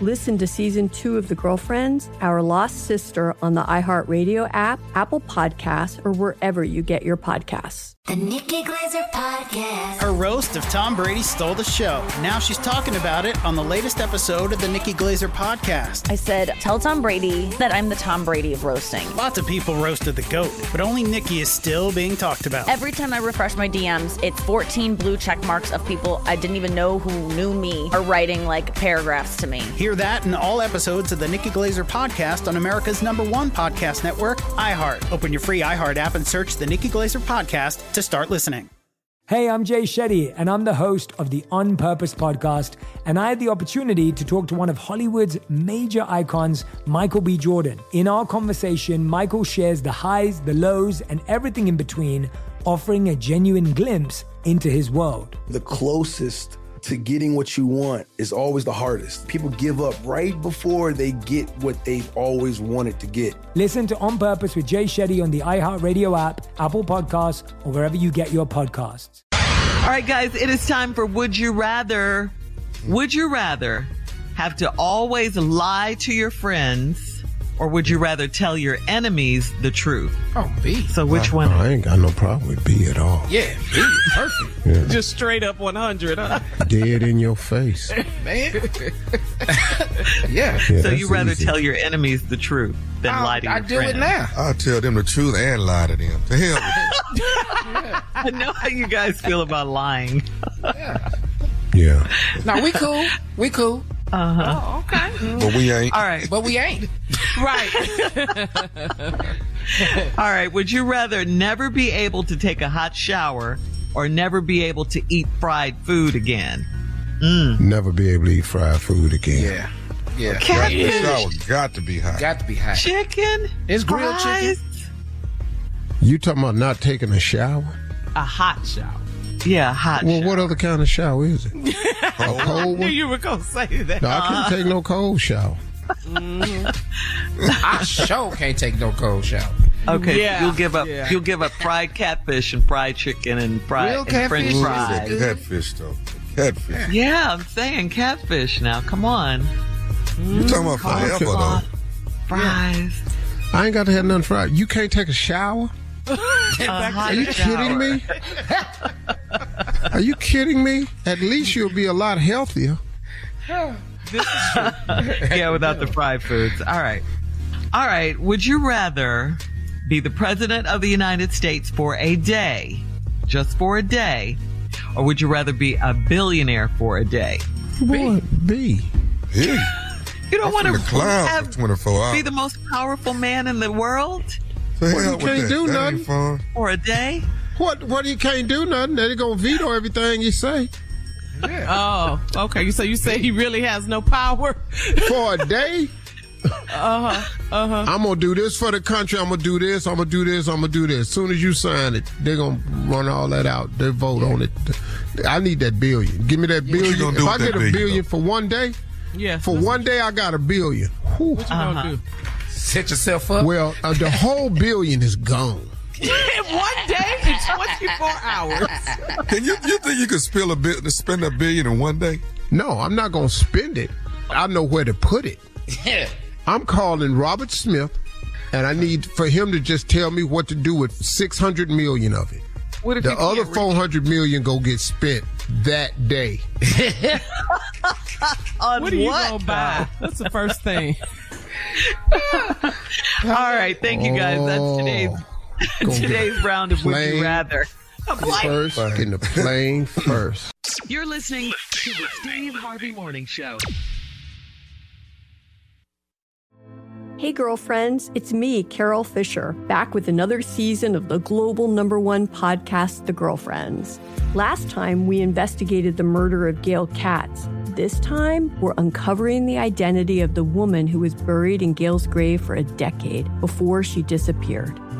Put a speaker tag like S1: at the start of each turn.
S1: Listen to season two of The Girlfriends, Our Lost Sister on the iHeartRadio app, Apple Podcasts, or wherever you get your podcasts.
S2: The Nikki Glazer Podcast.
S3: Her roast of Tom Brady stole the show. Now she's talking about it on the latest episode of the Nikki Glazer podcast.
S4: I said, tell Tom Brady that I'm the Tom Brady of roasting.
S3: Lots of people roasted the goat, but only Nikki is still being talked about.
S4: Every time I refresh my DMs, it's 14 blue check marks of people I didn't even know who knew me are writing like paragraphs to me.
S3: Hear that in all episodes of the Nikki Glazer podcast on America's number one podcast network, iHeart. Open your free iHeart app and search the Nikki Glazer podcast to start listening.
S5: Hey, I'm Jay Shetty, and I'm the host of the On Purpose podcast. And I had the opportunity to talk to one of Hollywood's major icons, Michael B. Jordan. In our conversation, Michael shares the highs, the lows, and everything in between, offering a genuine glimpse into his world.
S6: The closest to getting what you want is always the hardest. People give up right before they get what they've always wanted to get.
S5: Listen to On Purpose with Jay Shetty on the iHeartRadio app, Apple Podcasts, or wherever you get your podcasts.
S7: All right, guys, it is time for Would You Rather? Would you rather have to always lie to your friends, or would you rather tell your enemies the truth?
S3: Oh, B.
S7: So, which one?
S8: I ain't got no problem with B at all.
S9: Yeah, B, perfect.
S8: Yeah.
S9: Just straight up 100, huh?
S8: Dead in your face.
S9: Man. yeah.
S8: Yeah,
S7: So,
S8: that's
S7: you rather
S8: easy.
S7: tell your enemies the truth than
S9: I,
S7: lie to your
S9: I do
S7: friends?
S9: it now.
S8: I'll tell them the truth and lie to them. To hell with
S7: I know how you guys feel about lying.
S8: it. Yeah.
S9: No, we cool. We cool.
S8: But we ain't.
S7: All right.
S9: But we ain't.
S7: All right. Would you rather never be able to take a hot shower or never be able to eat fried food again?
S8: Never be able to eat fried food again.
S9: Yeah. Yeah.
S8: Got,
S7: Catfish.
S8: The shower got to be hot.
S9: Got to be hot.
S7: Chicken?
S9: It's grilled
S7: fries,
S8: you talking about not taking a shower?
S9: A hot shower.
S7: Yeah, hot
S8: Well,
S7: shower.
S8: what other kind of shower is it? a cold
S9: Knew
S8: one?
S9: you were gonna say that.
S8: No, I can't
S7: Uh-huh.
S8: take no cold shower.
S9: I sure can't take no cold shower.
S7: Okay,
S9: Yeah.
S7: you'll give up.
S9: Yeah.
S7: You'll give up fried catfish and fried chicken and fried
S9: Real
S7: and
S9: catfish
S7: French
S9: is
S7: fries.
S9: good.
S8: Catfish, though. Catfish.
S7: Yeah, I'm saying catfish now. Come on,
S8: You talking about
S7: Coleslaw,
S8: forever, though.
S7: fries.
S8: I ain't got to have nothing fried. You can't take a shower?
S7: a hot
S8: Are you
S7: shower.
S8: kidding me? Are you kidding me? At least you'll be a lot healthier.
S7: yeah, without the fried foods. All right. All right. Would you rather be the president of the United States for a day, just for a day, or would you rather be a billionaire for a day?
S8: Boy, B.
S7: You don't want to have,
S8: 24
S7: be the most powerful man in the world
S8: Well, you can't do nothing.
S7: for a day?
S8: What? What? You can't do nothing. They're gonna veto everything you say
S9: Oh, okay. So you say he really has no power?
S8: for a day. Uh huh. Uh huh. I'm gonna do this for the country. I'm gonna do this. I'm gonna do this. I'm gonna do this. As soon as you sign it, they're gonna run all that out. They vote on it. I need that billion. Give me that billion.
S10: gonna do with
S8: if
S10: that
S8: I get a
S10: billion,
S8: billion,
S10: though?
S8: for one day,
S9: Yeah.
S8: for one day I got a billion. Whew.
S9: gonna do? Set yourself up.
S8: Well, uh, the whole billion is gone.
S9: one day in 24 hours.
S10: Can you you think you could spill a bit spend a billion in one day?
S8: No, I'm not gonna spend it. I know where to put it.
S9: Yeah.
S8: I'm calling Robert Smith, and I need for him to just tell me what to do with 600 million of it.
S7: What if
S8: The
S7: you can't
S8: other
S7: reach-
S8: 400 million go get spent that day.
S7: on what?
S9: buy? That's the first thing.
S7: All right, thank you guys. That's today's
S8: Gonna get
S7: today's round of Would
S8: plain
S7: You Rather.
S11: first in the plane first.
S12: You're listening to the Steve Harvey Morning Show.
S1: Hey, girlfriends, it's me, Carol Fisher, back with another season of the global number one podcast, The Girlfriends. Last time, we investigated the murder of Gail Katz. This time, we're uncovering the identity of the woman who was buried in Gail's grave for a decade before she disappeared.